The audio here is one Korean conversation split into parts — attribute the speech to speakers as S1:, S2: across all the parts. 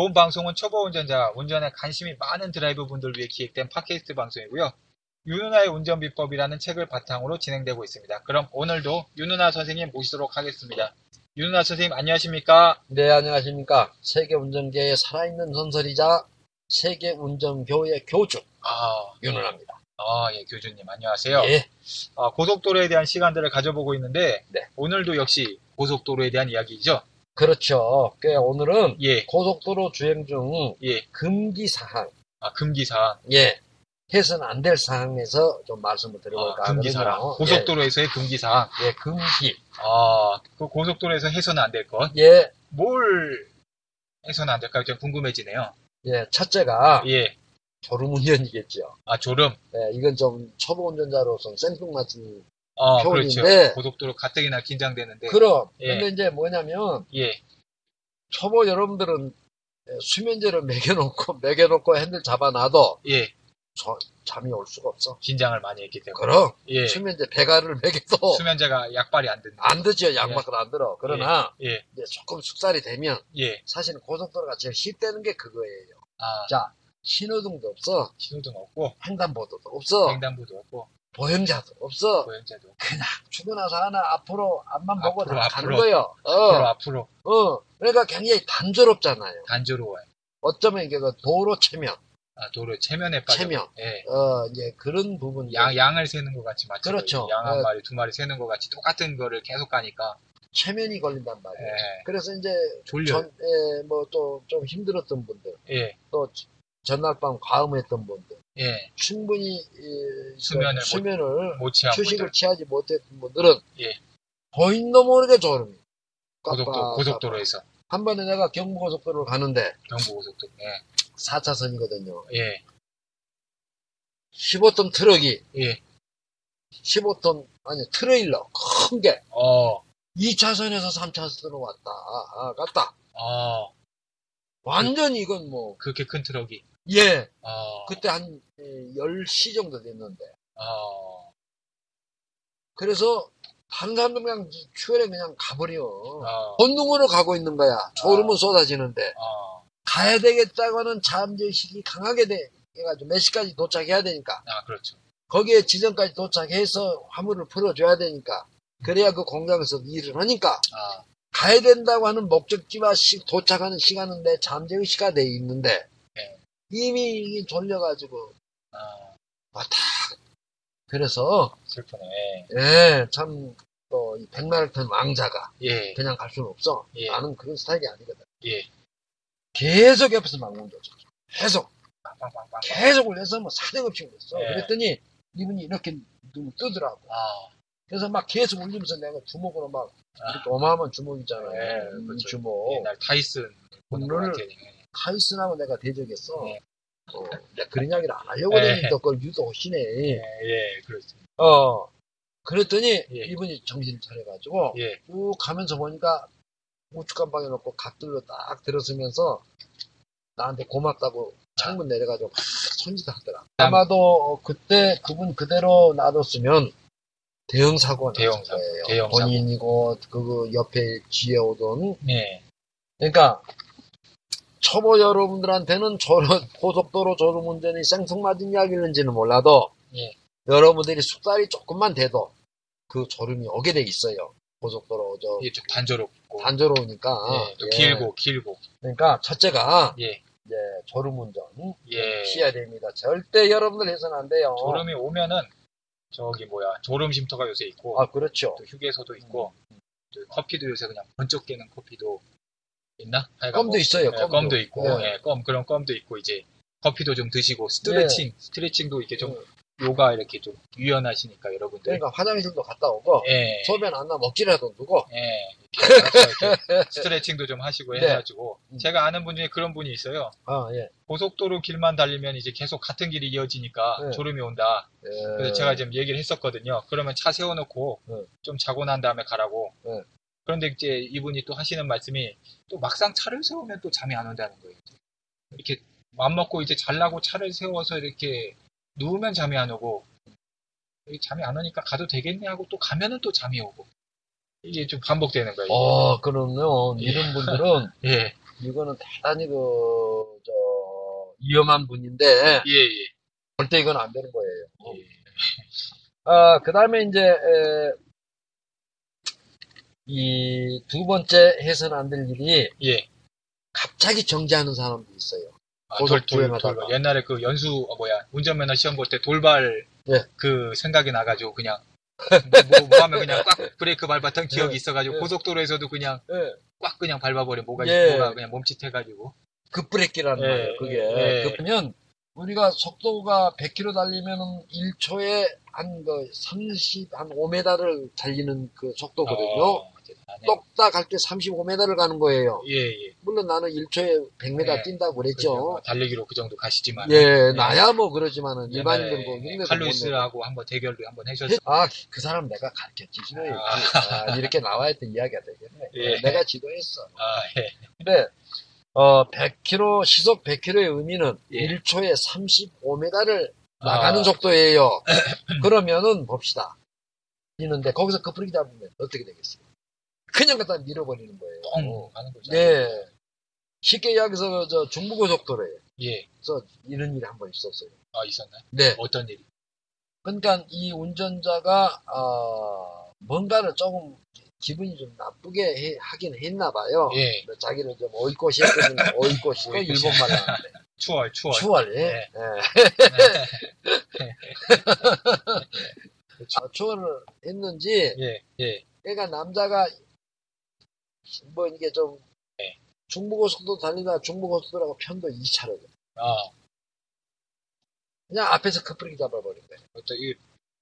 S1: 본 방송은 초보 운전자, 운전에 관심이 많은 드라이버 분들 위해 기획된 팟캐스트 방송이고요. 윤은나의 운전비법이라는 책을 바탕으로 진행되고 있습니다. 그럼 오늘도 윤은나 선생님 모시도록 하겠습니다. 윤은나 선생님 안녕하십니까?
S2: 네, 안녕하십니까. 세계 운전계의 살아있는 전설이자 세계 운전교의 교주
S1: 아,
S2: 윤은합니다.
S1: 아, 예, 교주님 안녕하세요.
S2: 예,
S1: 아, 고속도로에 대한 시간들을 가져보고 있는데
S2: 네.
S1: 오늘도 역시 고속도로에 대한 이야기죠.
S2: 그렇죠. 그 오늘은
S1: 예,
S2: 고속도로 주행 중
S1: 예.
S2: 금기 사항,
S1: 아, 금기사.
S2: 예, 해서는 안 될 사항에서 좀 말씀을 드려볼까
S1: 아, 금기사랑
S2: 하거든요.
S1: 고속도로에서의 금기사항.
S2: 예, 예, 금기.
S1: 아, 그 고속도로에서 해서는 안 될 것.
S2: 예,
S1: 뭘 해서는 안 될까 좀 궁금해지네요.
S2: 예, 첫째가
S1: 예,
S2: 졸음 운전이겠죠.
S1: 아 졸음.
S2: 예, 이건 좀 초보 운전자로서는 생뚱맞은
S1: 아
S2: 겨울인데.
S1: 그렇죠. 고속도로 가뜩이나 긴장되는데.
S2: 그럼.
S1: 예.
S2: 근데 이제 뭐냐면
S1: 예,
S2: 초보 여러분들은 예, 수면제를 먹여놓고 먹여놓고 핸들 잡아놔도
S1: 예,
S2: 저- 잠이 올 수가 없어.
S1: 긴장을 많이 했기 때문에.
S2: 그럼
S1: 예,
S2: 수면제 배가를 먹여도
S1: 수면제가 약발이 안 된다.
S2: 안 드죠. 양밖에 안 들어. 그러나
S1: 예,
S2: 이제 조금 숙살이 되면
S1: 예.
S2: 사실은 고속도로가 제일 쉽다는 게 그거예요.
S1: 아
S2: 자, 신호등도 없어.
S1: 신호등 없고
S2: 횡단보도도 없어.
S1: 횡단보도 없고
S2: 보행자도 없어.
S1: 보행자도 없고.
S2: 죽어나서 하나 앞으로 앞만 보고
S1: 앞으로,
S2: 다 가는
S1: 앞으로.
S2: 거예요.
S1: 서로
S2: 어,
S1: 앞으로
S2: 어. 그러니까 굉장히 단조롭잖아요.
S1: 단조로워요.
S2: 어쩌면 이게 그 도로 체면,
S1: 아 도로 체면에 빠져.
S2: 체면.
S1: 예.
S2: 어, 이제 그런 부분.
S1: 양, 양을 세는 것 같이 마치
S2: 그렇죠.
S1: 양 한
S2: 어.
S1: 마리 두 마리 세는 것 같이 똑같은 거를 계속 가니까
S2: 체면이 걸린단 말이에요.
S1: 예,
S2: 그래서 이제
S1: 졸려
S2: 전, 예, 뭐또 좀 힘들었던 분들,
S1: 예,
S2: 또 전날 밤 과음했던 분들,
S1: 예,
S2: 충분히 이, 그
S1: 수면을 못-
S2: 수면을
S1: 못 취한
S2: 휴식을
S1: 분들
S2: 취하지 못했던 분들은
S1: 예.
S2: 보인도 모르게 졸음이
S1: 고속도, 고속도로에서
S2: 한 번에 내가 경부고속도로를 가는데
S1: 경부고속도로 예,
S2: 4차선이거든요
S1: 예,
S2: 15톤 트럭이
S1: 예,
S2: 15톤 아니 트레일러 큰 게
S1: 어,
S2: 2차선에서 3차선으로 왔다 아, 갔다
S1: 어,
S2: 완전히 이건 뭐
S1: 그렇게 큰 트럭이
S2: 예,
S1: 어,
S2: 그때 한 예, 10시 정도 됐는데
S1: 어,
S2: 그래서 다른 사람들 그냥 추월에 그냥 가버려
S1: 어,
S2: 본능으로 가고 있는 거야. 졸음은 쏟아지는데
S1: 어,
S2: 가야 되겠다고는 잠재의식이 강하게 돼. 해가지고 몇 시까지 도착해야 되니까
S1: 아 그렇죠,
S2: 거기에 지점까지 도착해서 화물을 풀어줘야 되니까 그래야 그 공장에서 일을 하니까
S1: 아,
S2: 가야 된다고 하는 목적지와 시- 도착하는 시간은 내 잠재의식화 돼 있는데
S1: 네.
S2: 이미 이게 졸려가지고 뭐
S1: 아,
S2: 왔다 그래서
S1: 슬프네,
S2: 예, 예참또이 백마라톤 왕자가
S1: 예,
S2: 그냥 갈 수는 없어.
S1: 예.
S2: 나는 그런 스타일이 아니거든.
S1: 예.
S2: 계속 옆에서 막 운동했어. 계속,
S1: 빵빵빵빵,
S2: 계속 올려서 뭐 사정없이 올렸어.
S1: 예.
S2: 그랬더니 이분이 이렇게 눈을 뜨더라고.
S1: 아,
S2: 그래서 막 계속 올리면서 내가 주먹으로 막 이렇게 어마어마한 주먹이잖아요.
S1: 예,
S2: 이
S1: 그렇죠.
S2: 주먹.
S1: 옛날 타이슨 보는 것
S2: 오늘-
S1: 같아요, 예.
S2: 카이슨하고 내가 대적했어.
S1: 예.
S2: 어, 내가 그런 이야기를 안 하려고 했는데 그걸 유도하시네.
S1: 예, 예, 그렇습니다,
S2: 어. 그랬더니
S1: 예.
S2: 이분이 정신을 차려가지고
S1: 예,
S2: 쭉 가면서 보니까 우측 간방에 놓고 각들로 딱 들어서면서 나한테 고맙다고 창문 내려가지고 막 손짓을 하더라. 아마도 그때 그분 그대로 놔뒀으면 대형 사고가 났을
S1: 대형 사고,
S2: 거예요.
S1: 대형 사고.
S2: 본인이고 그 옆에 지어오던
S1: 예,
S2: 그러니까 초보 여러분들한테는 저런 고속도로 졸음 운전이 생뚱맞은 이야기인지는 몰라도
S1: 예.
S2: 여러분들이 숙달이 조금만 돼도 그 졸음이 오게 돼 있어요. 고속도로 저
S1: 이게 좀 단조롭고,
S2: 단조로우니까
S1: 예, 또
S2: 예.
S1: 길고, 길고,
S2: 그러니까 첫째가
S1: 예,
S2: 이제 졸음 운전
S1: 예,
S2: 피해야 됩니다. 절대 여러분들 해서는 안 돼요.
S1: 졸음이 오면은 저기 뭐야 졸음 쉼터가 요새 있고
S2: 아 그렇죠. 음.
S1: 또 휴게소도 있고 그 커피도 요새 그냥 번쩍 깨는 커피도 있나? 하여간
S2: 껌도
S1: 뭐,
S2: 있어요.
S1: 예, 껌도.
S2: 껌도,
S1: 있고,
S2: 예.
S1: 예, 껌 그런 껌도 있고 이제 커피도 좀 드시고
S2: 예.
S1: 스트레칭, 스트레칭도 이렇게 좀 요가 이렇게 좀 유연하시니까 여러분들
S2: 그러니까 화장실도 갔다 오고
S1: 예,
S2: 소변 안 나 먹기라도 누고
S1: 예, 이렇게 알아서 이렇게 스트레칭도 좀 하시고
S2: 네.
S1: 해가지고
S2: 음.
S1: 제가 아는 분 중에 그런 분이 있어요.
S2: 아 예.
S1: 고속도로 길만 달리면 이제 계속 같은 길이 이어지니까
S2: 네.
S1: 졸음이 온다.
S2: 예.
S1: 그래서 제가 지금 얘기를 했었거든요. 그러면 차 세워놓고
S2: 네.
S1: 좀 자고 난 다음에 가라고.
S2: 네.
S1: 그런데 이제 이분이 또 하시는 말씀이 또 막상 차를 세우면 또 잠이 안 온다는 거예요. 이렇게 맘 먹고 이제 잘라고 차를 세워서 이렇게 누우면 잠이 안 오고 이 잠이 안 오니까 가도 되겠네 하고 또 가면은 또 잠이 오고 이게 좀 반복되는 거예요.
S2: 어 그러면 이런 분들은
S1: 예,
S2: 이거는 대단히 그저 위험한 분인데
S1: 예, 예.
S2: 절대 이건 안 되는 거예요.
S1: 예.
S2: 아, 그 다음에 이제, 이 두 번째 해서는 안 될 일이
S1: 예.
S2: 갑자기 정지하는 사람도 있어요.
S1: 아,
S2: 고속
S1: 돌, 돌,
S2: 주행하다가.
S1: 돌발. 옛날에 그 연수, 어, 뭐야, 운전면허 시험 볼 때 돌발
S2: 예.
S1: 그 생각이 나가지고 그냥 뭐, 뭐, 뭐 하면 그냥 꽉 브레이크 밟았던 기억이
S2: 예.
S1: 있어가지고
S2: 예.
S1: 고속도로에서도 그냥 꽉 그냥 밟아버려 뭐가,
S2: 예.
S1: 뭐가 그냥 몸짓해가지고.
S2: 그 급브레이크라는
S1: 예,
S2: 말이에요, 그게.
S1: 예, 예.
S2: 그러면 우리가 속도가 100km 달리면 1초에 한 그 30, 한 5m를 달리는 그 속도거든요.
S1: 어, 대단하네.
S2: 똑딱 할 때 35m를 가는 거예요.
S1: 예, 예.
S2: 물론 나는 1초에 100m
S1: 예. 그죠. 뭐
S2: 뛴다고 그랬죠.
S1: 달리기로 그 정도 가시지만.
S2: 예, 나야 뭐 그러지만은
S1: 옛날에
S2: 일반인들 뭐 흉내도 못 내고.
S1: 칼루이스하고 한번 대결도 한번 하셨어.
S2: 아, 그 사람 내가 가르쳤지. 지도했지. 아, 이렇게 나와야 또 이야기가 되겠네.
S1: 예.
S2: 내가 지도했어.
S1: 아, 예.
S2: 근데, 어, 100km, 시속 100km의 의미는
S1: 예.
S2: 1초에 35m를 나가는
S1: 아.
S2: 속도예요. 그러면은 봅시다. 있는데 거기서 급브레이크 잡으면 어떻게 되겠어요? 그냥 갖다 밀어버리는 거예요.
S1: 뻥! 하는 거죠.
S2: 네. 쉽게 이야기해서 저 중부고속도로에
S1: 예.
S2: 서 이런 일이 한 번 있었어요.
S1: 아, 있었나요?
S2: 네.
S1: 어떤 일이?
S2: 그러니까 이 운전자가 아, 뭔가를 조금 기분이 좀 나쁘게 해- 하긴 했나 봐요. 뭐
S1: 예.
S2: 자기를 좀 옳고 싶거든요. 옳고 싶고
S1: 옳고
S2: 일본말 하는데
S1: 추월, 추월.
S2: 추월 예.
S1: 네.
S2: 예. 아, 추월을 했는지
S1: 예, 예.
S2: 그러니까 남자가 뭐 이게 좀 예.
S1: 네.
S2: 중부고속도로 달리다 중부고속도로가 편도 2차로
S1: 아.
S2: 그냥 앞에서 급브레이크 잡아버린 거예요.
S1: 또 이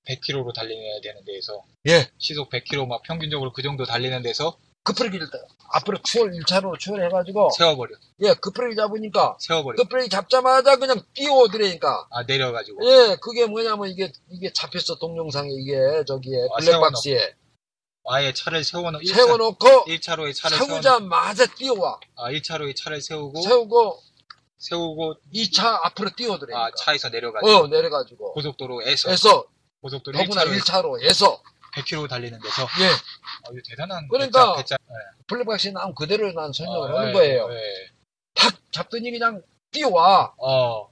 S1: 100km로 달려야 되는 데에서
S2: 예.
S1: 시속 100km 막 평균적으로 그 정도 달리는 데서
S2: 급브레이크를 딱 앞으로 추월 1차로 추월해가지고
S1: 세워버려
S2: 예 급브레이크 잡으니까
S1: 세워버려
S2: 급브레이크 잡자마자 그냥 뛰어오더라니까
S1: 아 내려가지고
S2: 예, 그게 뭐냐면 이게 이게 잡혔어 동영상에 이게 저기에
S1: 아,
S2: 블랙박스에
S1: 아예 차를 세워놓 1차,
S2: 세워놓고
S1: 1차로에 차를 세우자
S2: 세우자마자 뛰어와
S1: 아 1차로에 차를 세우고
S2: 세우고
S1: 세우고
S2: 2차 앞으로 뛰어들어.
S1: 아 차에서 내려가지고
S2: 그러니까.
S1: 그
S2: 어 내려가지고
S1: 고속도로에서
S2: 에서
S1: 고속도로
S2: 더구나
S1: 1차로
S2: 1차로에서
S1: 100km 달리는 데서
S2: 예
S1: 아 이거 대단한
S2: 그러니까
S1: 배짱, 배짱.
S2: 블랙박스에 나온 그대로 난 설명을
S1: 아,
S2: 하는
S1: 예,
S2: 거예요.
S1: 예.
S2: 탁 잡더니 그냥 뛰어와
S1: 어,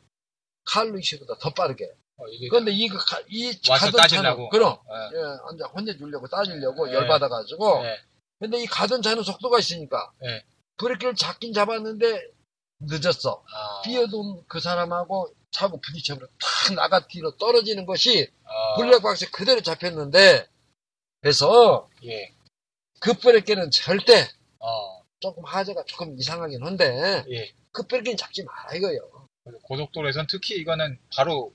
S2: 칼루이시보다 더 빠르게.
S1: 어, 이게
S2: 그런데 이이
S1: 와서
S2: 가던 차는
S1: 따지려고.
S2: 그럼
S1: 예,
S2: 예 혼자 혼내주려고 따지려고
S1: 예.
S2: 열받아가지고
S1: 예.
S2: 근데 이 가던 차는 속도가 있으니까
S1: 예.
S2: 브레이크를 잡긴 잡았는데 늦었어.
S1: 아,
S2: 뛰어든 그 사람하고 차고 부딪혀버려 탁 나가 뒤로 떨어지는 것이
S1: 아,
S2: 블랙박스 그대로 잡혔는데 그래서 그
S1: 예.
S2: 급브레이크는 절대
S1: 어,
S2: 조금 하자가 조금 이상하긴 한데 그
S1: 예.
S2: 급브레이크는 잡지 마라 이거예요.
S1: 고속도로에선 특히 이거는 바로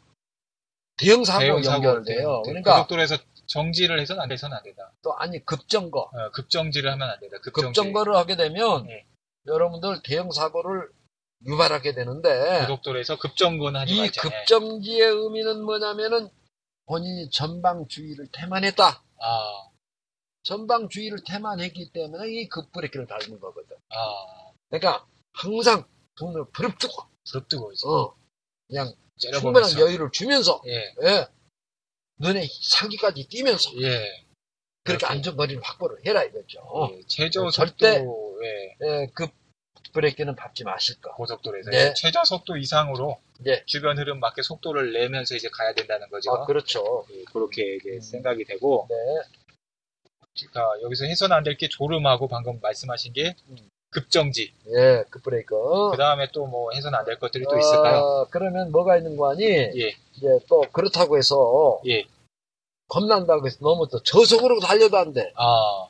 S2: 대형 사고
S1: 대형 사고
S2: 연결돼요.
S1: 때
S2: 그러니까
S1: 고속도로에서 네, 정지를 해서는 안 돼서는 안 된다.
S2: 또 아니 급정거
S1: 어, 급정지를 하면 안 된다. 급정지.
S2: 급정거를 하게 되면
S1: 예.
S2: 여러분들 대형 사고를 유발하게
S1: 그렇죠.
S2: 되는데
S1: 고속도로에서 급정거는 하지
S2: 이
S1: 말자. 예.
S2: 급정지의 의미는 뭐냐면은 본인이 전방주의를 태만했다.
S1: 아,
S2: 전방주의를 태만했기 때문에 이 급브레이크를 밟는 거거든.
S1: 아,
S2: 그러니까 항상 돈을 부릅뜨고
S1: 부럽뜨고 이제
S2: 어, 그냥 충분한
S1: 째려보면서.
S2: 여유를 주면서
S1: 예,
S2: 예, 눈에 사기까지 띄면서
S1: 예. 그렇게.
S2: 그렇게 안전거리를 확보를 해라 이거죠.
S1: 예, 제저
S2: 어. 절대-
S1: 속도 예.
S2: 예, 급브레이크는 밟지 마실 거.
S1: 고속도로에서
S2: 네.
S1: 이제 최저 속도 이상으로
S2: 예.
S1: 주변 흐름 맞게 속도를 내면서 이제 가야 된다는 거죠.
S2: 아, 그렇죠.
S1: 예, 그렇게 이제 생각이 되고
S2: 네.
S1: 그러니까 여기서 해서는 안 될 게 졸음하고 방금 말씀하신 게
S2: 음.
S1: 급정지.
S2: 예, 급브레이크.
S1: 그 다음에 또 뭐 해서는 안 될 것들이 또 있을까요?
S2: 아, 그러면 뭐가 있는 거 아니?
S1: 예,
S2: 이제 또 그렇다고 해서
S1: 예.
S2: 겁난다고 해서 너무 또 저속으로 달려도 안 돼.
S1: 아,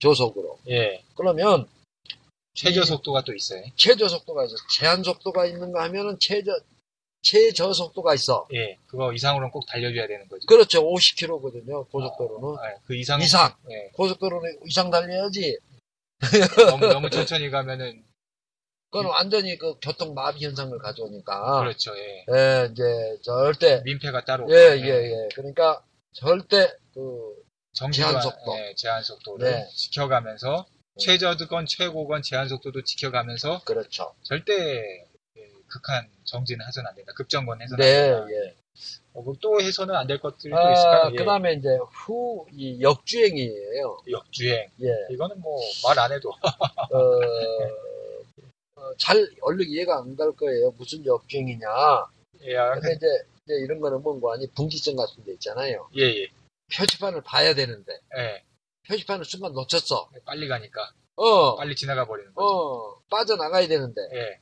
S2: 조속으로.
S1: 예.
S2: 그러면
S1: 최저 속도가 또 있어요.
S2: 최저 속도가 있어. 제한 속도가 있는가 하면은 최저 최저 속도가 있어.
S1: 예. 그거 이상으로는 꼭 달려줘야 되는 거죠.
S2: 그렇죠. 50km거든요. 고속도로는
S1: 아, 그 이상
S2: 이상.
S1: 예.
S2: 고속도로는 이상 달려야지.
S1: 너무, 너무 천천히 가면은
S2: 그건 완전히 그 교통 마비 현상을 가져오니까.
S1: 예. 그렇죠. 예.
S2: 예, 이제 절대
S1: 민폐가 따로.
S2: 예, 예, 예. 그러니까 절대 그
S1: 정지한
S2: 제한 속도.
S1: 예, 제한 속도를
S2: 네.
S1: 지켜가면서 최저건 최고건 제한 속도도 지켜가면서
S2: 그렇죠.
S1: 절대 예, 극한 정지는 해서는 안 된다. 급정건 해서는
S2: 네,
S1: 안 된다.
S2: 예.
S1: 어, 그럼 또 해서는 안 될 것들도
S2: 아,
S1: 있을까요? 예.
S2: 그다음에 이제 후 이 역주행이에요.
S1: 역주행.
S2: 예.
S1: 이거는 뭐 말 안 해도
S2: 어, 어, 잘 얼른 이해가 안 갈 거예요. 무슨 역주행이냐.
S1: 예, 아,
S2: 근데 이제, 이제 이런 거는 뭔가 아니 분기점 같은 데 있잖아요.
S1: 예, 예,
S2: 표지판을 봐야 되는데
S1: 예.
S2: 표지판을 순간 놓쳤어.
S1: 빨리 가니까
S2: 어,
S1: 빨리 지나가 버리는 거죠.
S2: 어, 빠져나가야 되는데
S1: 예,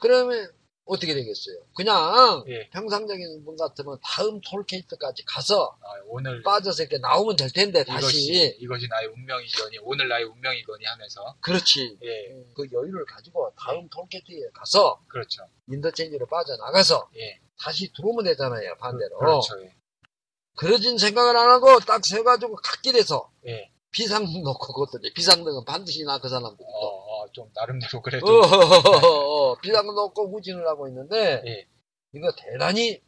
S2: 그러면 어떻게 되겠어요? 그냥
S1: 예.
S2: 평상적인 분 같으면 다음 톨게이트까지 가서
S1: 아, 오늘
S2: 빠져서 이렇게 나오면 될 텐데
S1: 이것이
S2: 다시
S1: 이것이 나의 운명이거니 오늘 나의 운명이거니 하면서
S2: 그렇지
S1: 예,
S2: 그 여유를 가지고 다음 톨게이트에 가서
S1: 그렇죠.
S2: 인터체인지로 빠져나가서
S1: 예,
S2: 다시 들어오면 되잖아요 반대로
S1: 그렇죠. 예.
S2: 그러진 생각을 안 하고 딱 세가지고 갓길에서
S1: 예.
S2: 비상 놓고 그것도 이제 비상등은 반드시 나그 사람들
S1: 어, 그렇죠. 어, 좀 나름대로 그래도
S2: 어, 비상 놓고 후진을 하고 있는데
S1: 예.
S2: 이거 대단히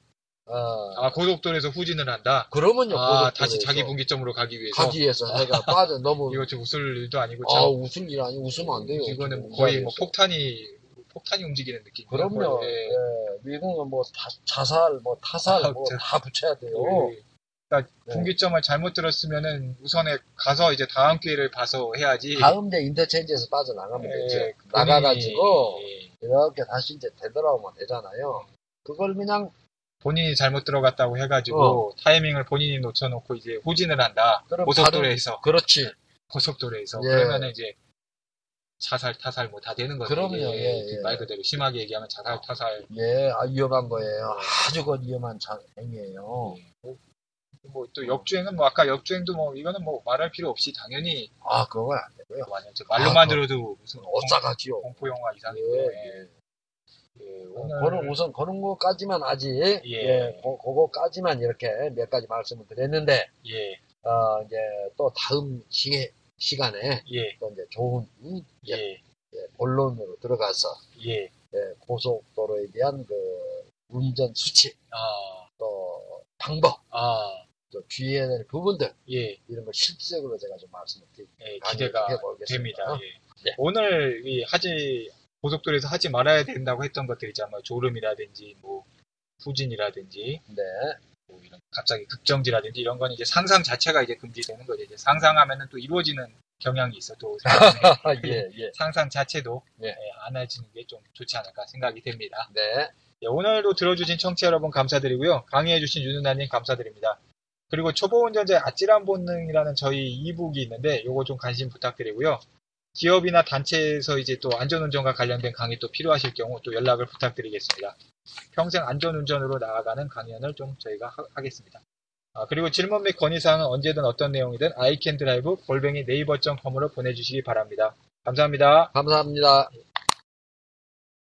S2: 어,
S1: 아 고속도로에서 후진을 한다.
S2: 그러면요
S1: 아
S2: 어, 고속도로에서
S1: 다시 자기 분기점으로 가기 위해서
S2: 가기 위해서 내가 빠져 너무
S1: 이거 좀 웃을 일도 아니고
S2: 아 웃을 일 아니 웃으면 안 돼요
S1: 이거는
S2: 지금
S1: 거의 뭐
S2: 이래서.
S1: 폭탄이 폭탄이 움직이는 느낌.
S2: 그럼요
S1: 예.
S2: 예, 미국은 뭐 다, 자살 뭐 타살
S1: 아,
S2: 뭐
S1: 자-
S2: 다 붙여야 돼요
S1: 예. 그러니까
S2: 어. 네.
S1: 분기점을 잘못 들었으면은 우선에 가서 이제 다음 기회를 봐서 해야지.
S2: 다음 대 인터체인지에서 빠져나가면
S1: 예,
S2: 되죠
S1: 본인이-
S2: 나가가지고
S1: 예.
S2: 이렇게 다시 이제 되돌아오면 되잖아요. 그걸 그냥,
S1: 본인이 잘못 들어갔다고 해가지고 타이밍을 본인이 놓쳐놓고 이제 후진을 한다.
S2: 그럼
S1: 고속도로에서
S2: 그렇지.
S1: 고속도로에서
S2: 예.
S1: 그러면 이제 자살 타살 뭐 다 되는 거죠.
S2: 그럼요,
S1: 이게.
S2: 예, 예.
S1: 말 그대로 심하게 얘기하면 자살 타살
S2: 예, 아, 위험한 거예요. 아주 그 위험한 자- 행위예요.
S1: 뭐 또 역주행은 뭐 아까 역주행도 뭐 이거는 뭐 말할 필요 없이 당연히
S2: 아, 그건 안 되고요.
S1: 완전 저
S2: 아,
S1: 말로만
S2: 그-
S1: 들어도 무슨 공-
S2: 어싸가지요.
S1: 공포 영화
S2: 예,
S1: 이상인데
S2: 예.
S1: 예, 오늘
S2: 그런 우선 그런 거까지만 아직 예, 고, 그거까지만 이렇게 몇 가지 말씀을 드렸는데
S1: 예,
S2: 어, 이제 또 다음 시에, 시간에
S1: 예,
S2: 또 이제 좋은 음,
S1: 예, 예,
S2: 예, 본론으로 들어가서
S1: 예.
S2: 예, 고속도로에 대한 그 운전 수칙
S1: 아,
S2: 또 방법
S1: 아,
S2: 또 주의해야 될 부분들
S1: 예,
S2: 이런 걸 실질적으로 제가 좀 말씀을 드릴게요.
S1: 예, 기대가
S2: 해보겠습니다.
S1: 됩니다. 예.
S2: 네.
S1: 오늘 이 하지 고속도로에서 하지 말아야 된다고 했던 것들 있잖아요. 뭐 졸음이라든지 뭐 후진이라든지
S2: 네.
S1: 뭐 이런 갑자기 급정지라든지 이런 건 이제 상상 자체가 이제 금지되는 거죠. 이제 상상하면은 또 이루어지는 경향이 있어 또 생각하면
S2: 아, 예, 예.
S1: 상상 자체도
S2: 예.
S1: 예, 안 해지는 게 좀 좋지 않을까 생각이 됩니다.
S2: 네.
S1: 예, 오늘도 들어주신 청취자 여러분 감사드리고요. 강의해주신 윤은아님 감사드립니다. 그리고 초보 운전자의 아찔한 본능이라는 저희 2북이 있는데 요거 좀 관심 부탁드리고요. 기업이나 단체에서 이제 또 안전운전과 관련된 강의 또 필요하실 경우 또 연락을 부탁드리겠습니다. 평생 안전운전으로 나아가는 강연을 좀 저희가 하, 겠습니다 아, 그리고 질문 및 건의사항은 언제든 어떤 내용이든 아이캔드라이브 골뱅이 네이버.com으로 보내주시기 바랍니다. 감사합니다.
S2: 감사합니다.